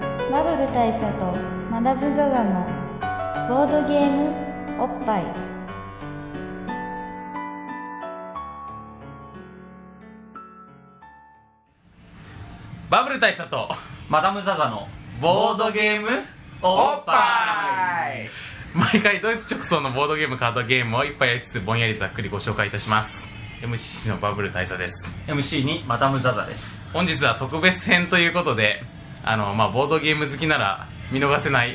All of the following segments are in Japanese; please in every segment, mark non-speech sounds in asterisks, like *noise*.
部大佐とマダム・ザ・ザのボードゲームおっぱいバブル大佐とマダム・ザ・ザのボードゲームおっぱい毎回ドイツ直送のボードゲームカードゲームをいっぱいやりつつぼんやりざっくりご紹介いたします MCC のバブル大佐です MC にマダム・ザ・ザです本日は特別編ということであの、まあ、ボードゲーム好きなら見逃せない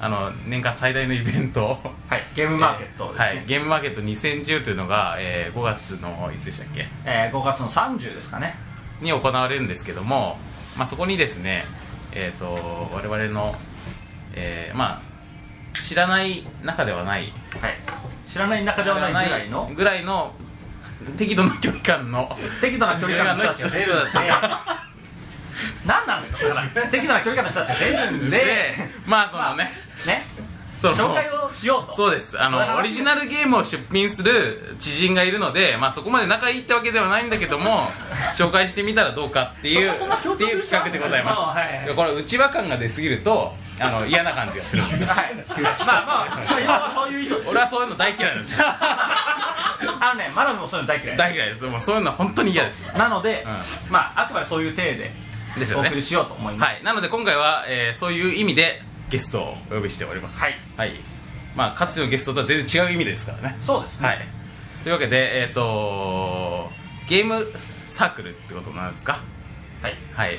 あの年間最大のイベントはいゲームマーケットですはいね、ゲームマーケット2010というのが、えー5月のいつでしたっけえー5月の30ですかねに行われるんですけども、まあ、そこにですね、えー、と我々の、えーまあ、知らない中ではないはい知らない中ではないぐらいのぐらいの適度な距離感の適度な距離感の人たちが出る *laughs* ん人でたち何なんですかだから適度な距離感の人たちが出るん *laughs* ででまあそのね、ねその紹介をしようとそうですあそういう話のオリジナルゲームを出品する知人がいるので、まあ、そこまで仲いいってわけではないんだけども *laughs* 紹介してみたらどうかっていうそそんな強って調すいるう必要ある企画でございます、まあはいはいこれ内輪感が出すぎるとあの嫌な感じがするんですよ *laughs* はいまあまあまあ今はそういう意図 *laughs* です俺はそういうの大嫌いなんですよあのねマダムもそういうの大嫌いです大嫌いですもうそういうのは本当に嫌ですなので、まああくまでそういう体でですおよね送りしようと思いまはいす、なので今回は、えーそういう意味でゲストをお呼びしておりますはいはいまあかつてのゲストとは全然違う意味ですからねそうですね、はいというわけでえっ、とゲームサークルってことなんですかはいはい、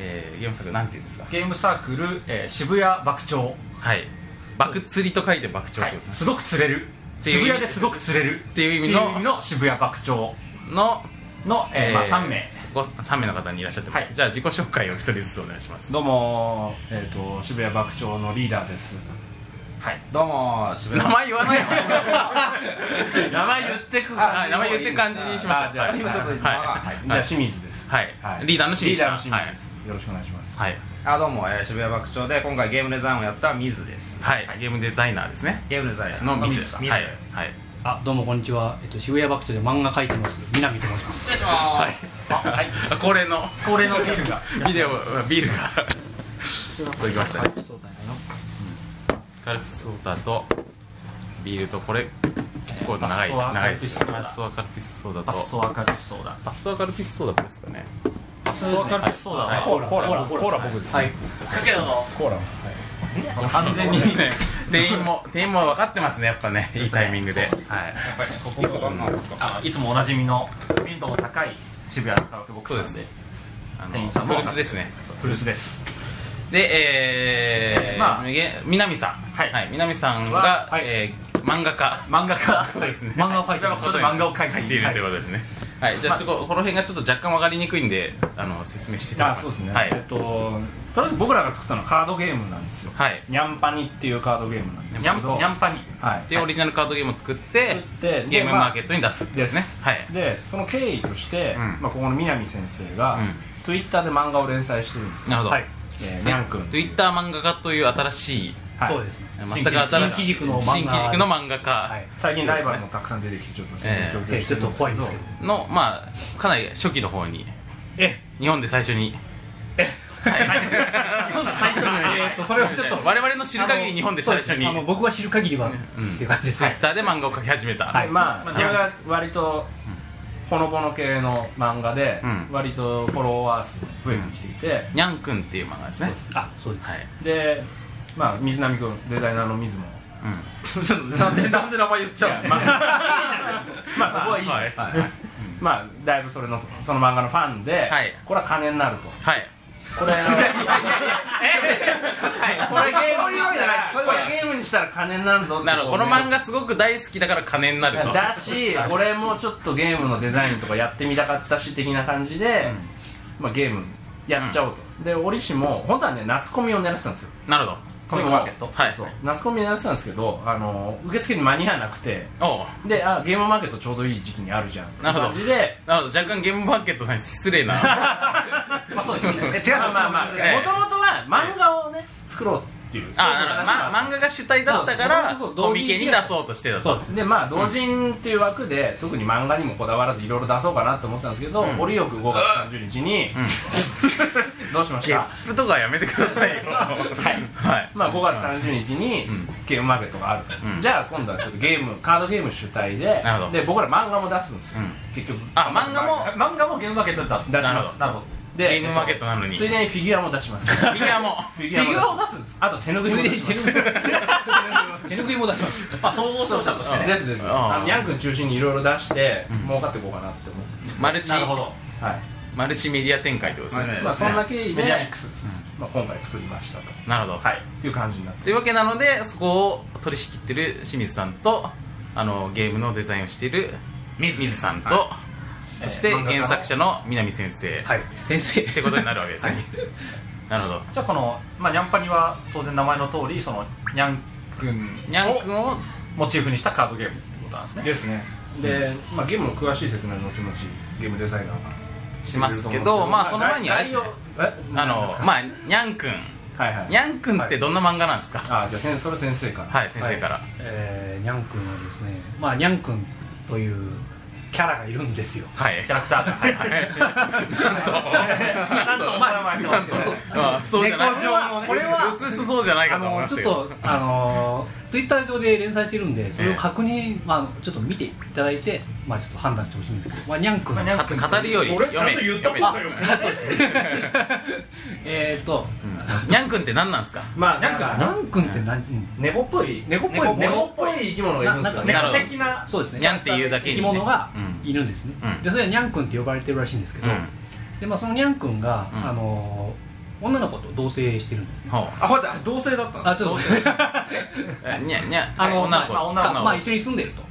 えーゲームサークルなんて言うんですかゲームサークル、えー渋谷爆鳥、はい爆釣りと書いて爆鳥っはていこと、ですね、すごく釣れるていう意味渋谷ですごく釣れるっていう意味のって渋谷爆鳥の、の、えーまあ、えー3名ご3名の方にいらっしゃってます、はいじゃあ自己紹介を一人ずつお願いしますどうも、えー、と渋谷爆鳥のリーダーですはいどうも渋名谷前言わ *laughs* ないよ名前言ってくあはい名前言ってる感じにしましょうあじゃあはい今ちょっと今ははいはいじゃあ清水ですはいリーダーの清水リーさんダーの清水ですよろしくお願いしますはい、あどうも、えー渋谷爆鳥で今回ゲームデザインをやったミズですはい、ゲームデザイナーですねゲームデザインの水さんはい、はいあどうもこんにちは、えっと、渋谷バクトで漫画描いてます南と申しますはい、恒例の恒例のゲームがビデオビールが届きましたねカルピスソーダとビールとこれ結構長いパッソは長いですカルピスソーダパッソはカルピスソーダとパッソアカルピスソーダパッソはカルピスソーダこれですかねパッソアカルピスソーダは、コーラコーラコーラ僕ですはい完全にね店員も店員も分かってますねやっぱねいいタイミングではいあのいつもおなじみの頻度の高い渋谷のカラオケボックスなんでそうであ店の員さんも古巣ですね古巣ですでえー、まあげ南さんはい南さんはが、はいえー漫画家漫画家そうですね漫画を描いて渋ま谷すこで漫画を描いて入っているということですねはい、じゃあちょっとここの辺がちょっと若干分かりにくいんであの説明していただあきますそうですね、はいえっ、ととりあえず僕らが作ったのはカードゲームなんですよはいニャンパニっていうカードゲームなんですにけゃんにどゃんぱにはいでオリジナルカードゲームを作って作ってでゲームマーケットに出すってでですすね、はいでその経緯として、んまあ、ここの南先生が、うん Twitter で漫画を連載してるんですなよ、るほど、はいえーニャン君ツイッター漫画家という新しいはいそうですね全く新しい新機軸の漫画新機軸の漫画は家い最近ライバルもたくさん出てきてちょっと先生に協え業ーしちてょっるんとです怖けいんど、ですけどの、まあかなり初期の方にえ日本で最初に日本で最初にえーっとそれはちょっと我々の知る限り日本で最初にあの僕が知る限りはっていう感じですツイねッターで漫画を描き始めた、はいまあそれが割とほのぼの系の漫画でうん割とフォロワー数増えてきていてにゃんくんっていう漫画ですねあそうですはい、でまあ水波君デザイナーの水もうん *laughs* なんでなんで名前言っちゃうんですかまあそこはいいはいまあだいぶそれのその漫画のファンではいこれは金になるとはいこれはいこれゲーそうムいにうわけしたじゃないらこれゲームにしたら金になるぞってなるほどこの漫画画すごく大好きだから金になるとだし俺もちょっとゲームのデザインとかやってみたかったし的な感じで、まあ、ゲームやっちゃおうと、で折しも本当はね夏コミを狙ってたんですよなるほどコミックマーケットはいそう夏コミ狙ってたんですけどあの受付に間に合わなくておうであゲームマーケットちょうどいい時期にあるじゃんなるほどって感じでなるほど若干ゲームマーケットさんに失礼なまあそうですねえ違うまあまあもと違うもとは漫画をね作ろうっていうあなるほど、ま漫画が主体だったからそうそうそうコミケに出そうとしてたそとうですでまあ同人っていう枠で、特に漫画にもこだわらずいろいろ出そうかなと思ってたんですけど、折よく5月30日に、 *laughs* どうしましゲたップとかはやめてくださいよはいはいまあ5月30日にゲームマーケットがあると、うんじゃあ今度はちょっとゲームカードゲーム主体でなるほどで僕ら漫画も出すんですよ、うん結局あ漫画も漫画もゲームマーケットで出す出しますなるほどでゲームマーケットなのについでにフィギュアも出しますフフィギュアもィギフィギュアもを出出すすんですあと手ぬぐいも出します *laughs* 手ぬぐいも出しますまあ総合商社としてねですですですうんあのヤン君中心にいろいろ出して儲かっていこうかなって思ってマルチなるほどはいマルチメディア展開ってことですね、まあそんな経緯でメディア X まあ今回作りましたとなるほどはいっていう感じになってというわけなのでそこを取り仕切ってる清水さんとあのゲームのデザインをしている水さんと、そしてえー漫画家の原作者の南先生、はい先生ってことになるわけですね、なるほどじゃあこの、まあ、ニャンパには当然名前の通りそのニャンくんにゃんくんをモチーフにしたカードゲームってことなんですねですねでまあゲームの詳しい説明は後々ゲームデザイナーがしますけどまあその前にあれ概です要ねえあ何のですかまあにゃんくんはいはいにゃんくんってどんな漫画なんですかあじゃあ先それ先生からはい先生から、えー、にゃんくんはですねまあにゃんくんというキャラがいるんですよはいキャラクターがは *laughs* いはいなんとなんとまあまあまあなんとあそうじゃない猫状のねこれはうすうすそうじゃないあかと思いのましちたょっけどとあのツイッター上で連載してるんでそれを確認、まあ、ちょっと見ていただいて、まあ、ちょっと判断してほしいんですけど、まあ、にゃんくんまあにゃんか語るより俺ちゃんと言ったこと読めよ *laughs* えーと、うんにゃんくんって何なんですか *laughs* まあになゃんんくかにゃんくんんって何、うん猫っぽい猫っぽい猫っぽい生き物がいるんですよねなるほど猫的なそうですねにゃんっていうだけにね生き物がいるんですね、うんでそれはにゃんくんって呼ばれてるらしいんですけど、うんでまあ、そのにゃんくんが、うんあの女の子と同棲してるんですね、ほあ、待って、同性だったんですあちょっと待ってうにゃにゃ *laughs* あの女の子まあ女の子かまあ、一緒に住んでると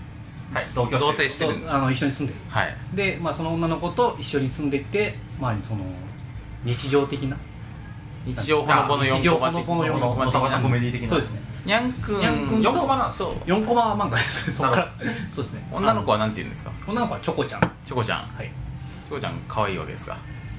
はい同居同して棲るしてるそうあの一緒に住んでるはいで、まあ、その女の子と一緒に住んでいて、まあ、その日常的な日常ほのぼの日4常コマほ的のぼのこ四のコマまたまたコメディ的なそうですねにゃんくんにゃんくんと四コマなんですか4コマ漫画ですそっからそうですね女の子はなんて言うんですか女の子はチョコちゃんはチョコちゃんチいョコちゃん可愛いわけですか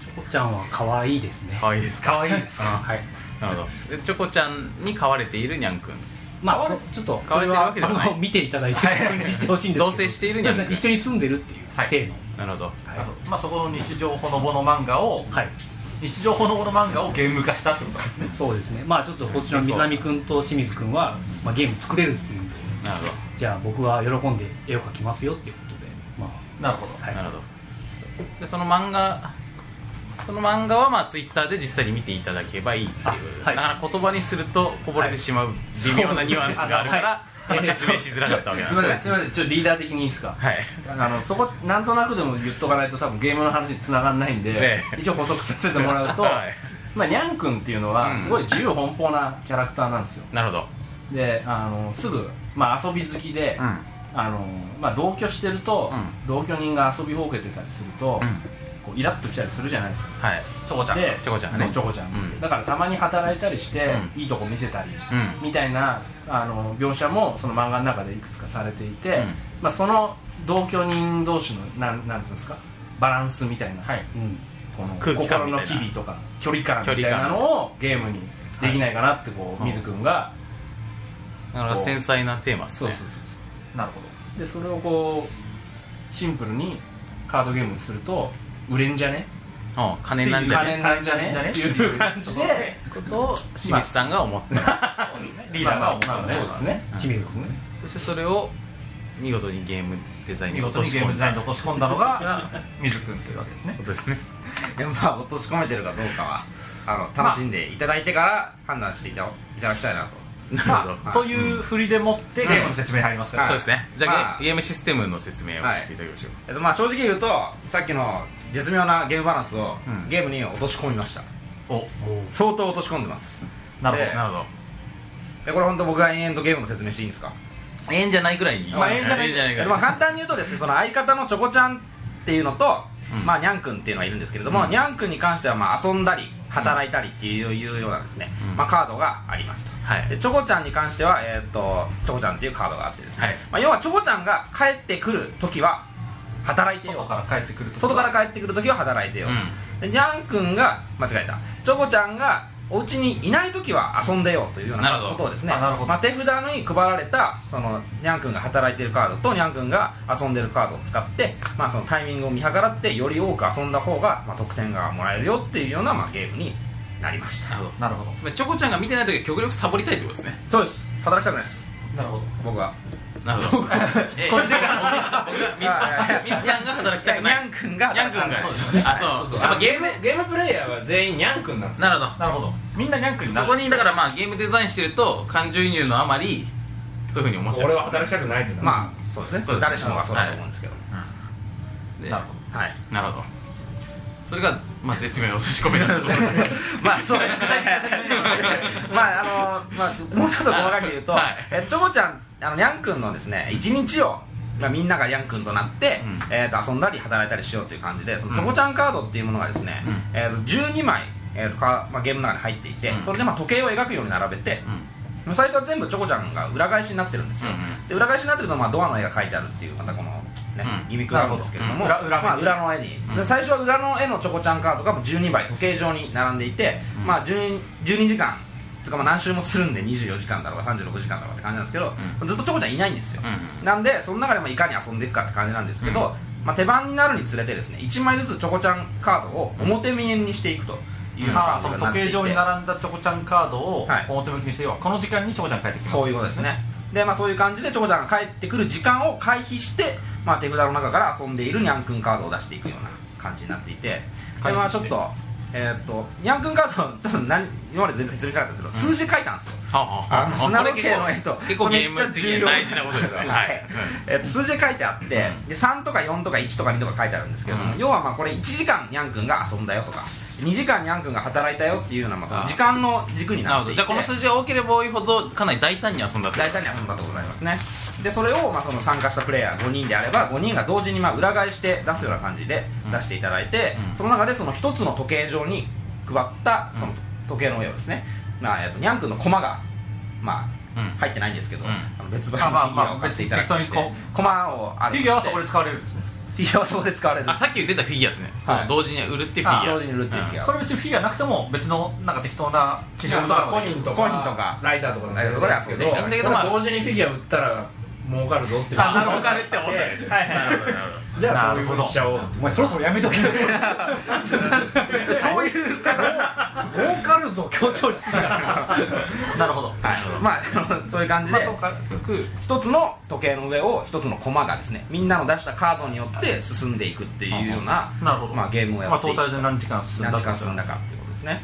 チョコちゃんは可愛いですね可愛いですか愛いですかはい *laughs* なるほどでチョコちゃんに飼われているにゃんくんまあちょっと買われてそれるはわけではないあの見ていただいて確認してほしいんですけ同ど棲しているにそはうですね一緒に住んでるっていう体のなるほどはいあのまあ、そこの日常ほのぼの漫画をはい日常ほのぼの漫画をゲーム化したってことですねそうですねまあちょっとこっちの水波君と清水君はまあゲーム作れるっていうんでなるほじゃあ僕は喜んで絵を描きますよっていうことでまあなるほどどなるほどでその漫画その漫画はまあツイッターで実際に見ていただけばいいっていう、あはいだから言葉にするとこぼれてしまう微妙なニュアンスがあるから、そうはいまあ説明しづらかったわけなんすで *laughs* みますせねん、すみません、ちょっとリーダー的にいいですかはいあのそこなんとなくでも言っとかないと多分ゲームの話に繋がんないんで、ええ一応補足させても *laughs* らうと、はいまあ、にゃんくんっていうのうはんすごい自由奔放なキャラクターなんですよなるほどであのすぐ、まあ、遊び好きで、うんあのまあ、同居してると、うん同居人が遊びほうけてたりすると、うんこうイラッときたりするじゃないですかはいチョコちゃんでチョコちゃんがねそうチョコちゃん、うんだからたまに働いたりして、いいとこ見せたり、うんみたいなあの描写もその漫画の中でいくつかされていて、うんまあ、その同居人同士のなんなんつうんですかバランスみたいな、はいうんこの空気感心みのたいな機微とか距離感距み離たい感なのをゲームにできないかなってこう、はい水くんが、なるほど繊細なテーマですそうねそうそうそなるほどうでそれをこうシンプルにカードゲームにすると売れんじゃねうん金なんじゃね金なんじゃねっていう感じで *laughs* ことを清水さんが思った、そうです *laughs* ねリーダーが思ったまあまのあねそうですね清水君 *laughs* そしてそれを見事にゲームデザイン見に落事とにしゲ込ーむムデザインに落とし込んだのが水くんというわけですねことですねいやまあ落とし込めてるかどうかはあの楽しんでいただいてから判断していたいただきたいなとなるほどまあという振りでもってゲームの説明入りますかはらいそうですねじゃあ、まあゲゲームシステムの説明をしていただきましょう、えっとまあ正直言うとさっきの絶妙なゲームバランスを、うんゲームに落とし込みましたお相当落とし込んでますなるほでなるほどでこれ本当僕が延々とゲームの説明していいんですかええんじゃないぐらいにまあ、ええんじゃなえいえんじゃないぐえっらいとまあ簡単に言うとですねその相方のチョコちゃんっていうのと、うんまあ、にゃんくんっていうのがいるんですけれども、うんにゃんくんに関してはまあ遊んだり働いたりっていう,、ようなですね、うんまあ、カードがありますと、はいでチョコちゃんに関しては、えーっとチョコちゃんっていうカードがあってですね、はいまあ、要はチョコちゃんが帰ってくる時は働いてよ外から帰ってくると外から帰ってくる時は働いてよ、うでにゃんくんが間違えたチョコちゃんがお家にいない時は遊んでよというようなるなほどことをですねあなるほどまあ、手札に配られたそのにゃんくんが働いてるカードとにゃんくんが遊んでるカードを使って、まあ、そのタイミングを見計らってより多く遊んだ方が、まあ、得点がもらえるよっていうような、まあ、ゲームになりましたなるほどつまりチョコちゃんが見てない時は極力サボりたいってことですねそうです働きたくないですなるほど僕はなるほど *laughs* これでか僕がミスさんが働きたくないニャン君がニャン君がそうですあそうそうやっぱゲゲームゲームプレイヤーは全員ニャン君なんですよなるほどなるほどみんなニャンクになそるこにだからまあゲームデザインしてると感情移入のあまりそういうふうに思っちゃう俺は働きたくないってなるまあそうですねそうです誰しもがそうだと思うんですけどでなるほはいなるほどそれが、まあ、絶妙な落とし込みなんだと思います *laughs* まあそう *laughs* ですねまああのまあもうちょっと細かく言うと、はいえチョコちゃんあのニャン君のですね一日をまあみんながヤン君となって、うえー、と遊んだり働いたりしようという感じでそのチョコちゃんカードっていうものがですね、えー、と12枚、えーとかまあ、ゲームの中に入っていて、うんそれでまあ時計を描くように並べて、もう最初は全部チョコちゃんが裏返しになってるんですよ、うんで裏返しになってるのはまあドアの絵が描いてあるっていうまたこのね、うんギミックなんですけれども、なるほどうん裏裏まあ、裏の絵に、で最初は裏の絵のチョコちゃんカードがもう12枚時計上に並んでいて、まあ、12, 12時間つかまあ何周もするんで24時間だろうが36時間だろうがって感じなんですけど、ずっとチョコちゃんいないんですよ、うなんでその中でもいかに遊んでいくかって感じなんですけど、まあ、手番になるにつれてですね1枚ずつチョコちゃんカードを表見えにしていくというようなあ感あじそのになっ時てい計て上に並んだチョコちゃんカードをはい表向きにして要はこの時間にチョコちゃん帰ってきますそういうことですねでまあそういう感じでチョコちゃんが帰ってくる時間を回避して、まあ、手札の中から遊んでいるニャン君カードを出していくような感じになっていてで回ま避あちしょってとえーっとニャン君カードちょっと何今まで全然説明しなかったんですけど、数字書いたんですよああの砂これ時計の絵と結構こゲれーめっちゃム的に大事なことですよ重要はい、えっと数字書いてあって、で3とか4とか1とか2とか書いてあるんですけども、うん要はまあこれ1時間にゃんくんが遊んだよとか2時間にゃんくんが働いたよっていうようなまあその時間の軸になるなほってどじいてゃあこの数字が多ければ多いほどかなり大胆に遊んだって大体に遊んだとございますねでそれをまあその参加したプレイヤー5人であれば5人が同時にまあ裏返して出すような感じで出していただいて、その中でその1つの時計上に配ったその時計の上をですね、まあえっとにゃんくんの駒がまあうん入ってないんですけど、うんあの別番のフィギュアを買っていただきまして、まあまあ別に適コマをあフるィとしてギュアはそこで使われるんですねフィギュアはそこで使われるあさっき言ってたフィギュアですね、はいその同時に売るっていうフィギュアあ同時に売るっていうフィギュアそれ別にフィギュアなくても別のなんか適当な消しゴムとかでもコでイきンるとかコインとかライターとかなんですけどラタイーとかねこれ同時にフィギュア売ったら儲かるぞっていうあなるほどあれって思ったんですはいはいなるほどなるほじゃあそういうふうにしちゃおうお前そろそろやめとけよそういう儲かるぞ強調しすぎだからなるほどはい *laughs* まああのそういう感じまあでとかく一つの時計の上を一つのコマがですねみんなの出したカードによって進んでいくっていうようななるほどまあ、ゲームをやまあってトいーくタルで何時間進んだ何か時間進んだかっていうことですね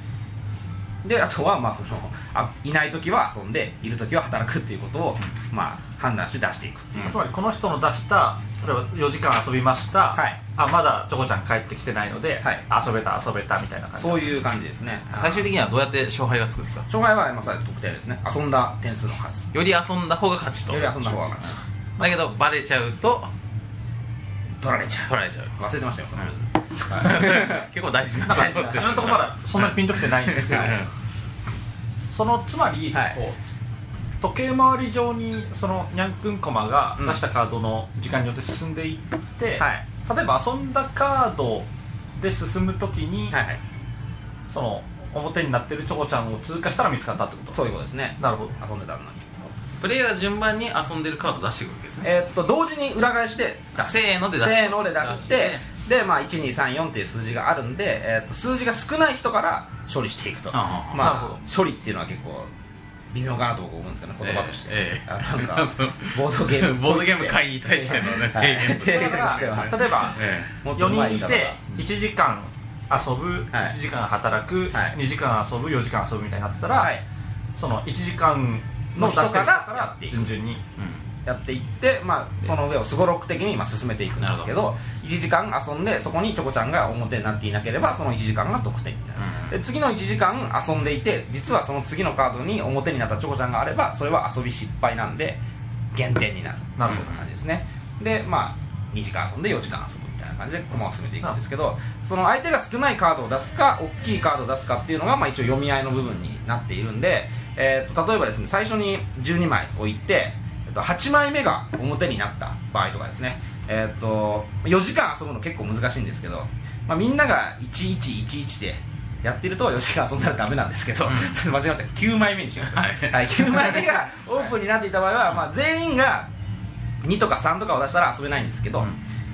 であとはまあそのあいない時は遊んでいる時は働くっていうことをまあ判断して出していくっていう、つまりこの人の出した例えば4時間遊びました、はいあまだチョコちゃん帰ってきてないので、はい遊べた遊べたみたいな感じそういう感じですねど最終的にはどうやって勝敗がつくんですか勝敗はまさに特定ですね遊んだ点数の数より遊んだ方が勝ちとより遊んだ方が勝ちだけどバレちゃうと取られちゃ取られちゃうう忘れてましたよそれ *laughs* 結構大事ななんかことです今のところまだそんなにピンときてないんですけどはいそのつまり、はいこう時計回り上にそのニャンくんコマが出したカードの時間によって進んでいって、はい例えば遊んだカードで進むときに、はいはいその表になってるチョコちゃんを通過したら見つかったってことそういうことですねなるほど遊んでたのにプレイヤーが順番に遊んでるカード出してくるわけですねえーっと同時に裏返して出すせーので出すせーので出してで、まあ、1234っていう数字があるんで、えーっと数字が少ない人から処理していくとああなるまほあ、処理っていうのは結構微妙かなと僕思うんですけどね言葉として、ええええあなんかボードゲームボードゲーム会に対してのね *laughs* はい提言として提言としてはだから例えばえもっと4上人手いい方てが1時間遊ぶ、はい1時間働く、はい2時間遊ぶ4時間遊ぶみたいになってたら、はいその1時間のの人人かからら順々にやっていって、まあ、その上をすごろく的に今進めていくんですけど1時間遊んでそこにチョコちゃんが表になっていなければその1時間が得点になる、で次の1時間遊んでいて実はその次のカードに表になったチョコちゃんがあればそれは遊び失敗なんで減点になるなるほど感じですねでまあ2時間遊んで4時間遊ぶみたいな感じで駒を進めていくんですけどその相手が少ないカードを出すか大きいカードを出すかっていうのが、まあ、一応読み合いの部分になっているんで、えー、と例えばですね最初に12枚置いて、えっと8枚目が表になった場合とかですねえっと4時間遊ぶの結構難しいんですけど、まあ、みんなが1111でやってると4時間遊んだらダメなんですけ *laughs* ど、ちょっと間違えました9枚目にします、はいはい、9枚目がオープンになっていた場合は、まあ、全員が2とか3とかを出したら遊べないんですけど、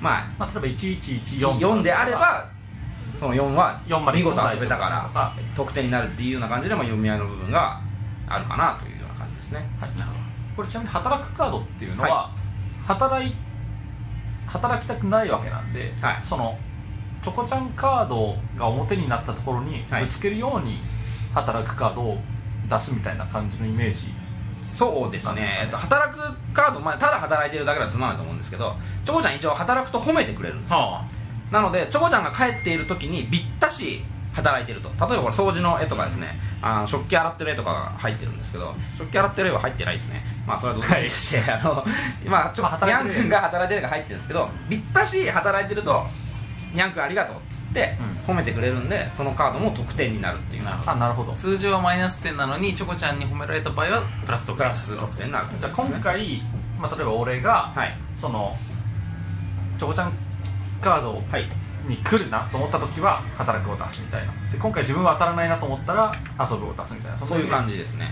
まあまあ、例えば1114 4であればその4は4まで見事遊べたかとらか得点になるっていうような感じで、まあ、読み合いの部分があるかなというような感じですね、はい、これちなみに働くカードっていうのは、は働い働きたくないわけなんで、はいそのチョコちゃんカードが表になったところにはいぶつけるように働くカードを出すみたいな感じのイメージ、そうですねえっと働くカード、まあ、ただ働いてるだけだとつまんないと思うんですけどチョコちゃん一応働くと褒めてくれるんですよはなのでチョコちゃんが帰っている時にぴったし働いてると例えばこれ掃除の絵とかですねあの食器洗ってる絵とかが入ってるんですけど食器洗ってる絵は入ってないですねまあそれはどうでもいいとして、あの今ちょまあ働ニいてャンる絵君が働いてる絵が入ってるんですけどぴったし働いてるとニャン君ありがとうっつって褒めてくれるんでそのカードも得点になるっていうなるほどあなるほど通常はマイナス点なのにチョコちゃんに褒められた場合はプラス得プラス得点になるじゃあ今回、まあ、例えば俺が、はいそのチョコちゃんカードはいに来るなと思った時は働くを出すみたいなで今回自分は当たらないなと思ったら遊ぶを出すみたいなそういうじ感じですね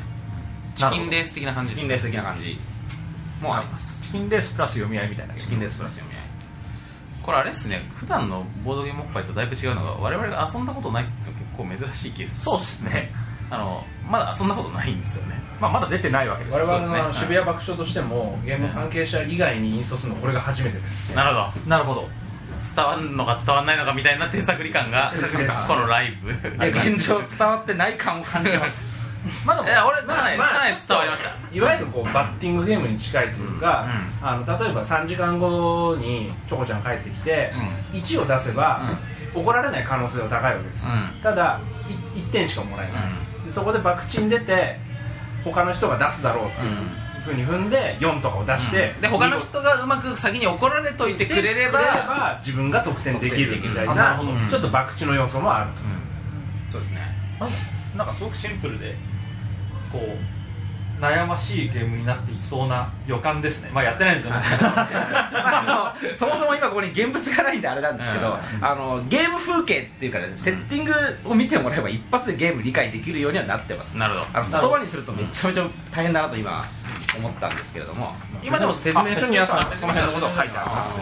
チキンレース的な感じチでキすンレース的な感じもありますチキンレースプラス読み合いみたいなチキンレースプラス読み合いこれあれですね普段のボードゲームおっぱいとだいぶ違うのが我々が遊んだことないって結構珍しいケースそうですね、あのまだ遊んだことないんですよねまあ、まだ出てないわけでい、す我よ々そうですねの渋谷爆笑としてもゲーム関係者以外にインストするのこれが初めてですなるほどなるほど伝わるのか伝わらないのかみたいな手探り感がこのライブいや現状伝わってない感を感 *laughs* じますまだいや俺かなり、まあかなり伝わりましたいわゆるこうバッティングゲームに近いというか、あの例えば3時間後にチョコちゃん帰ってきて、1を出せば、怒られない可能性は高いわけですよ、うただい1点しかもらえない、でそこで爆沈出て他の人が出すだろうっていうふうに踏んで4とかを出して、で他の人がうまく先に怒られといてくれればくれれば自分が得点できるみたいな得点できるあなるほどうんちょっと博打の要素もあると、そうですねまあなんかすごくシンプルでこう悩ましいゲームになっていそうな予感ですねまあやってないん *laughs* でねまあ、あのそもそも今ここに現物がないんであれなんですけど、あのゲーム風景っていうか、ね、セッティングを見てもらえば一発でゲーム理解できるようにはなってますなるほどあの言葉にするとめちゃめちゃ大変だなと今思ったんですけれども今でも説明書にはさあ説明書のことを書いてあります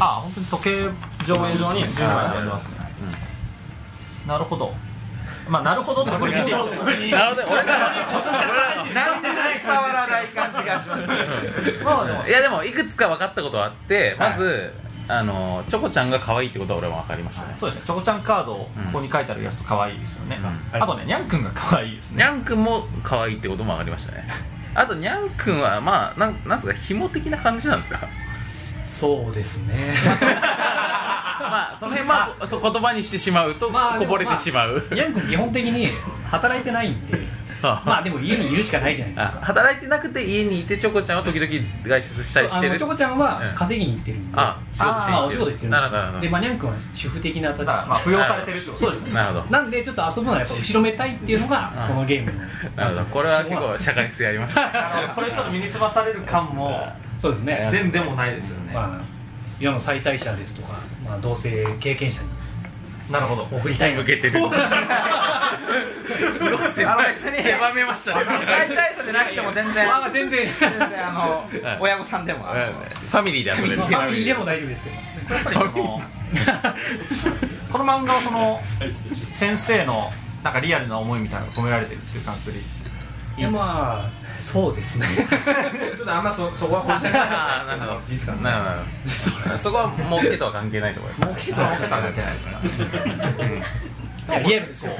ああ本当に時計上映上に17でありますね、なるほどまあなるほどってこれ見てなるほど俺らなんで伝わらない感じが *laughs* しますねまあでもいやでもいくつか分かったことはあってまずあのチョコちゃんが可愛いってことは俺も分かりましたねそうですねチョコちゃんカードここに書いてあるやつと可愛いですよね、うんあとねにゃんくんが可愛いですにねゃんくんも可愛いってことも分かりましたねあとにゃんくんはまあなんなんつうか紐的な感じなんですかそうですね *laughs* まあその辺まあそう言葉にしてしまうとまあこぼれてしまう、ニャン君基本的に働いてないんでまあでも家にいるしかないじゃないですあか働いてなくて家にいてチョコちゃんは時々外出したりしあてのるチョコちゃんは稼ぎに行ってるんで、あ仕事しに行ってるあお仕事行ってるんなでるほどなるほどすよで、まあ、ニャン君は主婦的な立だ場からまあ扶養されてるってことそうですねなるほなんでちょっと遊ぶのはやっぱ後ろめたいっていうのがあこのゲームのどなるほどこれは結構社会性ありますねあのこれちょっと身につまされる感もそうですね全でもないですよね、まあ、世の最大者ですとか、まあ、同性経験者になるほど送りたい向けてるすごい狭あのめ別に狭めましたね最大者でなくても全然まあ全然全然あの親御さんでもあのファミリーで遊べるファミリーでも大丈夫ですけどやっぱりそのこの漫画はその先生のなんかリアルな思いみたいなのが込められてるっていう感覚でいやまあそうですねちょっとあんまそそこは掘り下げないああなるほどいいっすかねなるほどなるほどそこは儲けとは関係ないところですね受けたけないですかいやリアルですそうよ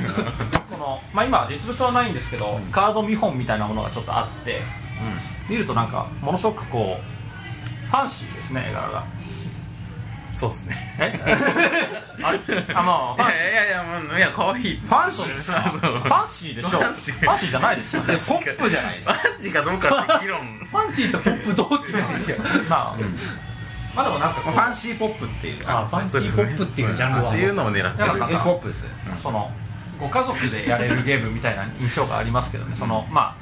この、まあ、今実物はないんですけど、カード見本みたいなものがちょっとあって、見るとなんかものすごくこうファンシーですね絵柄がそうですねえあれあまいあファンシーやいやいやもういや可愛いファンシーですかそうそうファンシーでしょフファァンンシシーーじゃないですよね確かにポップじゃないですマジかどうかって議論ファンシーとポップどっちなんですよまあ、まあでもなんかこうファンシーポップっていうかあファンシそうでーすねポップっていうジャンルはそういうのを狙ってなんるかエフポップですそのご家族でやれるゲームみたいな印象がありますけどねそのま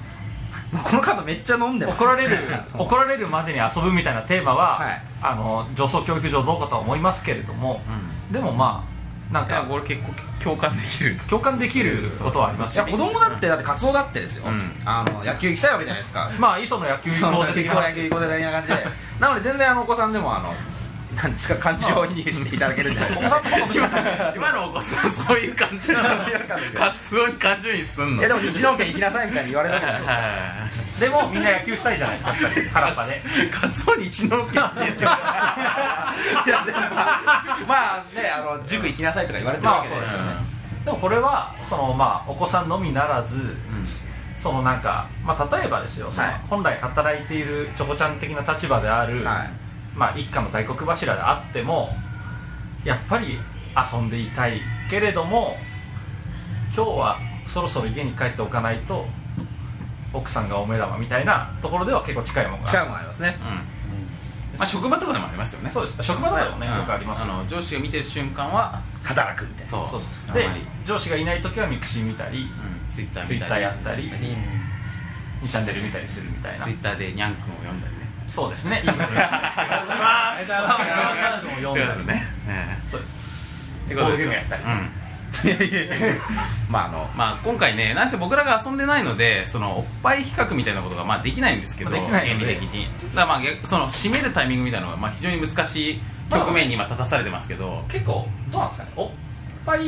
このカードめっちゃ飲んであます怒られる怒られるまでに遊ぶみたいなテーマは、はいあの上層教育上どうかとは思いますけれども、でもまあなんいやかこれ結構共感できる共感できることはありまいすやよ子供だってだってカツオだってですよ、うんあの野球行きたいわけじゃないですかまあ磯の野球そ行のこ野う球的行なこう野球行こう的な感じでなので全然あのお子さんでもあのなんですか感情をイメージしていただけるんじゃないですか今のお子さんそういう感じなのかすごい感情にすんいのやでも日農研行きなさいみたいに言われるわけじゃないですかでもみんな野球したいじゃないですか腹っぱでカツオに一のって言ってるいやでもまあまあねあの塾行きなさいとか言われてるまわあけそでうですすよね、でもこれはその、まあ、お子さんのみならず、そのなんか、まあ、例えばですよ、そのはい本来働いているチョコちゃん的な立場である、はいまあ、一家の大黒柱であってもやっぱり遊んでいたいけれども今日はそろそろ家に帰っておかないと奥さんがお目玉みたいなところでは結構近いものが近いものありますねまあ、職場とかでもありますよねそうです職場とかでもね、うんよくありますよあの上司が見てる瞬間は働くみたいなそうそうそうでで、上司がいない時はミクシー見たり、うん、ツイッターツイ見ッタたーりやったり、2チャンネル見たりするみたいなツイッターでニャン君を読んだりねそうですねいいですねありがとうございますも読んだりねねえそうですえボードゲームやったりうんまああのまあ、今回ね、なんせ僕らが遊んでないので、そのおっぱい比較みたいなことがまあできないんですけど、まあできない原の理で的に。だからまあ逆、その締めるタイミングみたいなのがまあ非常に難しい局面に今立たされてますけど、結構どうなんですかねおっぱい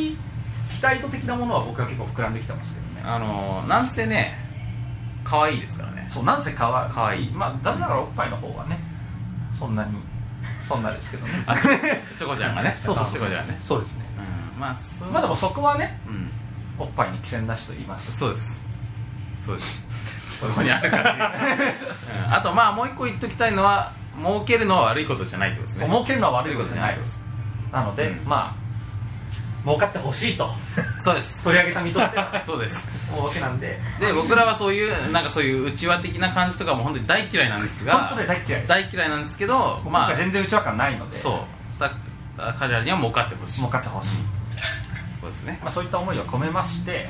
期待度的なものは僕は結構膨らんできてますけどねあのー、なんせね、可愛いですからね。そうなんせかわ可愛いまあ残念ながらおっぱいの方はねそんなにそんなですけどねあチョコちゃんがね、 *laughs* そうそうチそうョコちゃんね。そうですねうん、まあ、そうまあでもそこはねうん、おっぱいに寄せなしと言いますそうです。そう *laughs* です。そこにあるから、うんあとまあ、もう一個言っときたいのは、儲けるのは悪いことじゃないってことですそうね。儲けるのは悪いことじゃないですなので、うんまあ儲かってほしいとそうです。取り上げた身としてはね *laughs* そうです。大けなんでで僕らはそういうなんかそういう内輪的な感じとかも本当に大嫌いなんですが本当ね大嫌いです大嫌いなんですけどままああ全然うちわ感ないのでそうだだ彼らには儲かってほしい儲かってほしい、そうですね、まあ、そういった思いを込めまして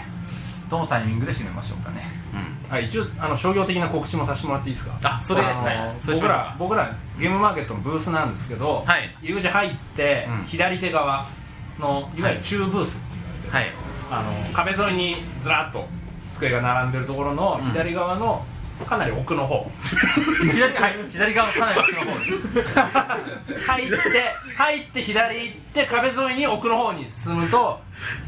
どのタイミングで締めましょうかねうん、はい、一応あの商業的な告知もさせてもらっていいですかあそれですねあのそうしま僕しょうら僕らゲームマーケットのブースなんですけど、はい入り口入って、うん左手側のいわゆる中ブース、はいあの壁沿いにずらっと机が並んでるところの左側のかなり奥の方、左,、はい、左側のかなり奥の方です入って入って左行って壁沿いに奥の方に進むと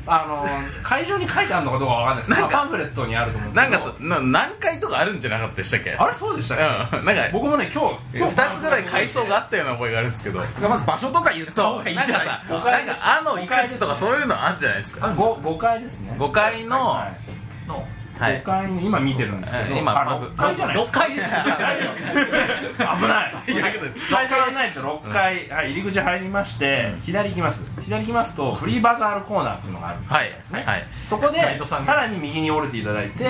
あの会場に書いてあるのかどうかわかんないですけどまあパンフレットにあると思うんでなすけんどかそな何回とかあるんじゃなかったでしたっけあれそうでしたね、うんなんか僕もね今日今2日つぐらい階層があったような覚えがあるんですけ *laughs* どまず場所とか言ったそ方うがいいなんかじゃないでさすかなんかあのいくつとかそういうのあるんじゃないですかあご5階ですね5階の、ははいのい5階に今見てるんですけど、え今あ6階じゃないですか6回です危ない最初はないです6階、はい、入り口入りまして、左行きます左行きますとフリーバザールコーナーっていうのがあるはいですね、はいそこでガイドさんがさらに右に折れていただいて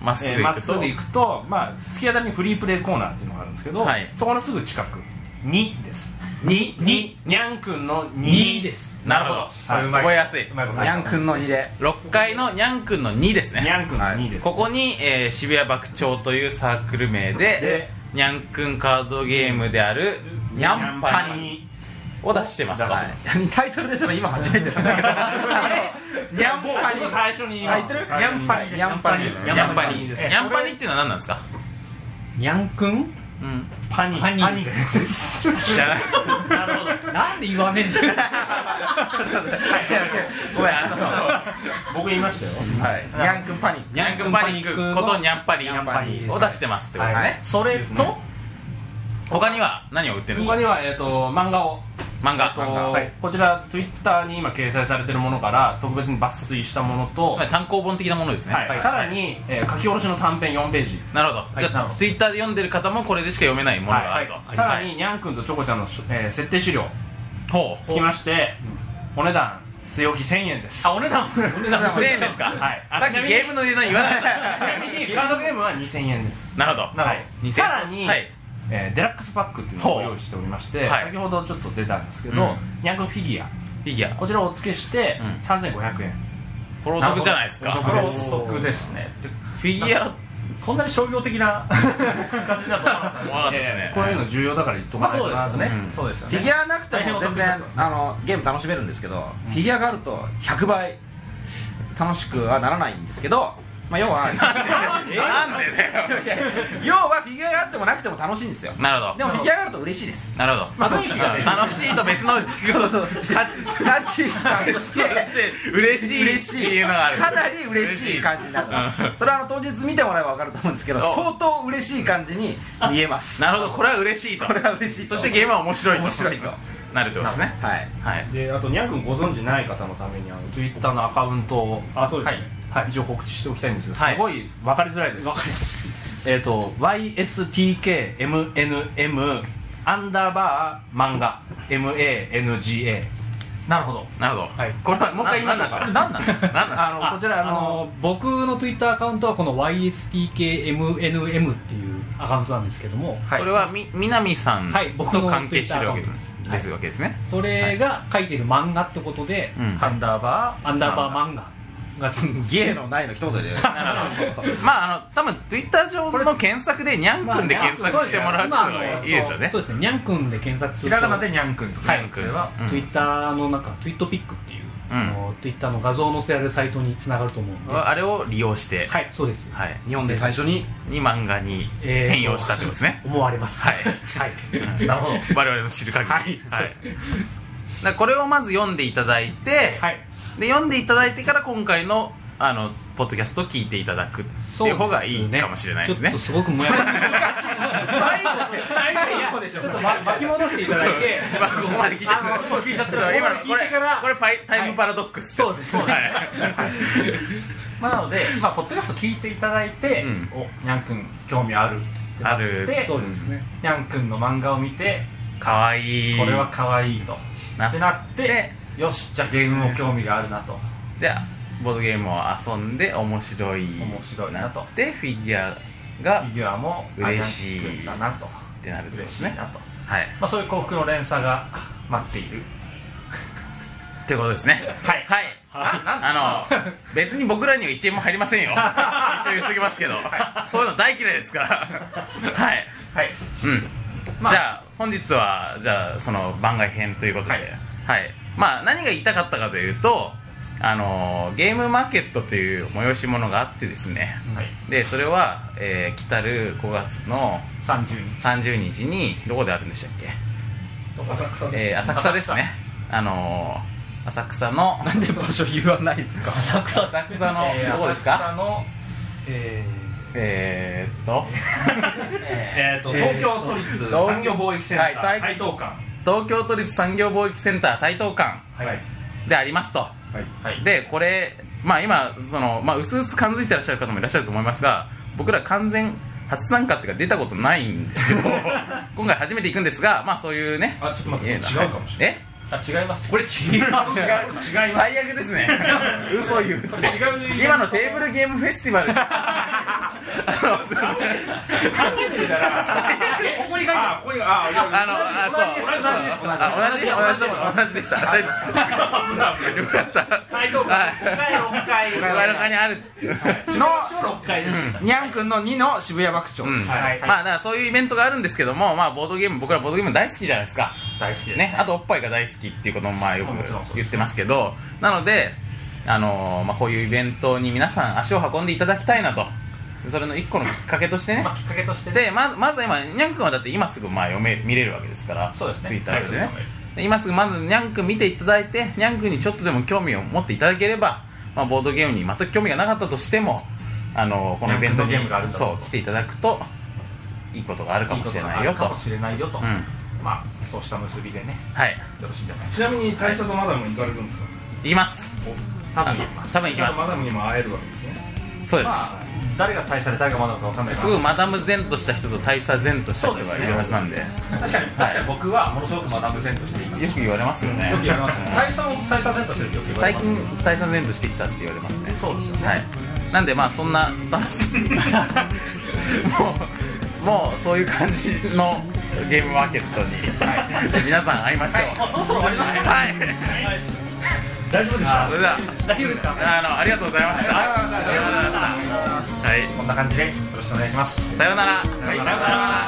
うんまっすぐ行くとえーまっすぐ行くと、まあ、突き当たりにフリープレイコーナーっていうのがあるんですけど、はいそこのすぐ近く2です2ににゃんくんの2ですなるほど、はいうまい覚えやすいうまいことにゃんくんの2で6階のにゃんくんの2ですねにゃんくんの2です、ここに、えー渋谷爆鳥というサークル名ででにゃんくんカードゲームであるにゃんぱににを出してます出してますタイトル出たの今初めてなんだけどにゃんぱに最初にあ言ってる最初ににゃんぱにですにゃんぱにですにゃんぱににゃんぱにですにゃんぱにっていうのは何なんですかにゃんくんうんパニパニパニ知らない *laughs* なるほどなんで言わねえ *laughs* んだよごめんあ僕言いましたよにゃんくんパニックのにゃんくんパニックことにゃんぱりにゃんぱりですを出してますってことですね、はいそれと、他には何を売ってるんです他かには、えー、と漫画を漫えーと画はいこちらツイッターに今掲載されてるものから特別に抜粋したものと、つまり単行本的なものですね、はいさらに、えー書き下ろしの短編4ページ、なるほど、じなるゃあほどツイッターで読んでる方もこれでしか読めないものがあると、はいさらににゃんくんとチョコちゃんの、えー設定資料ほうつきましてお値段据え置き1000円ですお値段お値段1000円ですか、はいあさっちなきみにゲームの値段言わなかったですちなみにカードゲームは2000円です、なるほど。はい2000さらに、はいえーデラックスパックっていうのをご用意しておりまして、はい先ほどちょっと出たんですけうど、んにゃんくんフィギュアフィギュア。こちらをお付けして、うん3500円これお得じゃないですか。これお得ですねでフィギュア、そんなに商業的な感じなのかな怖かったですえねー。こういうの重要だから言っとまかあないそとうでなすよね、うんそうですよフねィギュアなくて大変もお得全な然んですねあのゲーム楽しめるんですけど、フィギュアがあると100倍楽しくはならないんですけどまあ、要 *laughs* はなんでだよ要はフィギュアがあってもなくても楽しいんですよなるほどでもフィギュアがあると嬉しいですなるほど、まあ雰囲気がね楽しいと別の軸を感じタッチ感としてて嬉しい嬉ってしいいうのがあるかなり嬉しい感じになってますそれはあの当日見てもらえば分かると思うんですけどお相当嬉しい感じに見えますなるほどこれは嬉しいとこれは嬉しいとそしてゲームは面白いと面白いとなるってことですねはいはいであとにゃんくんご存知ない方のためにあの Twitter のアカウントをあそうですねはい一応告知しておきたいんですが、はいすごい分かりづらいですえっ、と YSTKMNM アンダーバー漫画 MANGA なるほどなるほど、はいこれはもう一回言いましょうか何なんですか何なんであのこちらああのの僕の Twitter アカウントはこの YSTKMNM っていうアカウントなんですけどもすかこれはみ南さんはい僕のと関係してるわけです,、 Twitter ですわけですね、それが書いてる漫画ってことで、うんアンダーバアンダーバー漫画が芸のないの一言でまああの多分ツイッター上の検索でにゃんくんで検索してもらうっていうの今あがのいいですよねそうですねにゃんくんで検索すひるとらがなでにゃんくんとかはにいゃんくんはうん Twitter の中ツイートピックっていう、うんあの Twitter の画像を載せられるサイトにつながると思うんではあれを利用して、いそうですはい日本で最初にに漫画にえー転用したってことですね、思われますはいはいなるほど *laughs* 我々の知る限りはいだからこれをまず読んでいただいて、はいで読んでいただいてから今回のあのポッドキャストを聞いていただくっていう方がいいかもしれないですねちょっとすごくもやがる最後でしょちょっとま巻き戻していただいてまあここまで聞いちゃったそう聞いちゃった今のこれ聞いてからこれパイタイムパラドックスってやつそうですはいまあなので、まあ、ポッドキャスト聞いていただいて、うんおにゃんくん興味あるってなっあるてそうですねにゃんくんの漫画を見てかわいいこれは可愛いとなってなってよしじゃあゲームも興味があるなとでボードゲームを遊んで面白い面白いなとでフィギュアフがィギュアも嬉しいあにゃんくんだなとってなるってことで嬉しすいねなと、はいまあ、そういう幸福の連鎖が待っているということですねはいはいあの別に僕らには1円も入りません *laughs* よ一応言っときますけど、そういうの大嫌いですからはいはいうん、じゃあ本日はじゃあその番外編ということで、はいまあ、何が言いたかったかというとあのーゲームマーケットという催し物があってですね、はいでそれは、えー来たる5月の30日30日にどこであるんでしたっけ浅草え *laughs* ー浅草ですねあのー浅草のなんで場所言わないですか浅草浅草のえーどこです浅か草のええー、っとー、えーと東京都立東産業貿易センターはい台東館東京都立産業貿易センター台東館ーはいでありますと、はいでこれまあ今そのまあ薄々感づいてらっしゃる方もいらっしゃると思いますが僕ら完全初参加っていうか出たことないんですけ *laughs* ど今回初めて行くんですがまあそういうねあちょっと待ってえー違うかもしれないえあ違いますこれ違う違う *laughs* 違います最悪です *laughs* ね嘘言うって違う今のテーブルゲームフェスティバ *laughs* ルあのすいませんここに書いてあここにああいやいやあの、あ、そう、同じです。あ、同じ、同じ、同じでした。はいよかった。台東は館い5階6階小柄かにある。 6階ですにゃんくんの2の渋谷爆う鳥んです、はいまあ、だから、そういうイベントがあるんですけども、まあ、ボードゲーム、僕らボードゲーム大好きじゃないですか。大好きですね、あとおっぱいが大好きっていうことも、まあ、よもちろんそくうで言すってますけど。なので、あのー、まあ、こういうイベントに皆さん足を運んでいただきたいなと。それの一個のきっかけとしてねまあ、。きっかけとしてねでまずまず今にゃんくんはだって今すぐまあ読め見れるわけですからそうですねツイッターではねいで今すぐまずにゃんくん見ていただいてにゃんくんにちょっとでも興味を持っていただければ、まあ、ボードゲームに全く興味がなかったとしてもあのこのイベントににゃんくんのゲームがあるんだそう来ていただくといいことがあるかいいもこしとれがなあいよるとかもしれないよと、うんまあそうした結びでねはいよろしいんじゃないちなみに大佐とマダムに行かれるんですか行きます多分行きます多分行きま大佐とマすダムにも会えるわけですねそうです、まあ誰が大社で誰がマダムか分かんないすかごらいマダム前とした人と大佐前とした人がいるはずなんで確かに確かに僕はものすごくマダム前としていますよく言われますよねよく言われますね大佐も大佐前としてるってよく言われ最ます近大佐前としてきたって言われますねそうですよねはい、なんでまあそんな楽しい *laughs* もうもうそういう感じのゲームマーケットに、皆さん会いましょうもうそろそろ終わりますねはい、大丈夫でしたそれでは大丈夫ですかあのありがとうございましたありがとうございましたはいこんな感じでよろしくお願いしますさようならさようなら